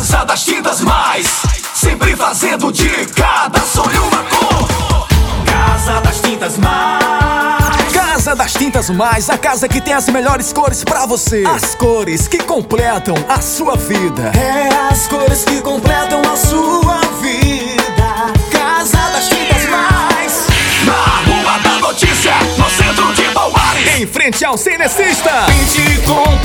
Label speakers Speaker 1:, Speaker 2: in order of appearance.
Speaker 1: usadas tintas mais Sempre fazendo de cada sonho uma cor Casa das Tintas Mais
Speaker 2: Casa das Tintas Mais, a casa que tem as melhores cores pra você. As cores que completam a sua vida.
Speaker 3: É as cores que completam a sua vida. Casa das Tintas Mais.
Speaker 1: Na Rua da Notícia, no centro de Palmares
Speaker 2: Em frente ao Cinecista.
Speaker 3: Pinte com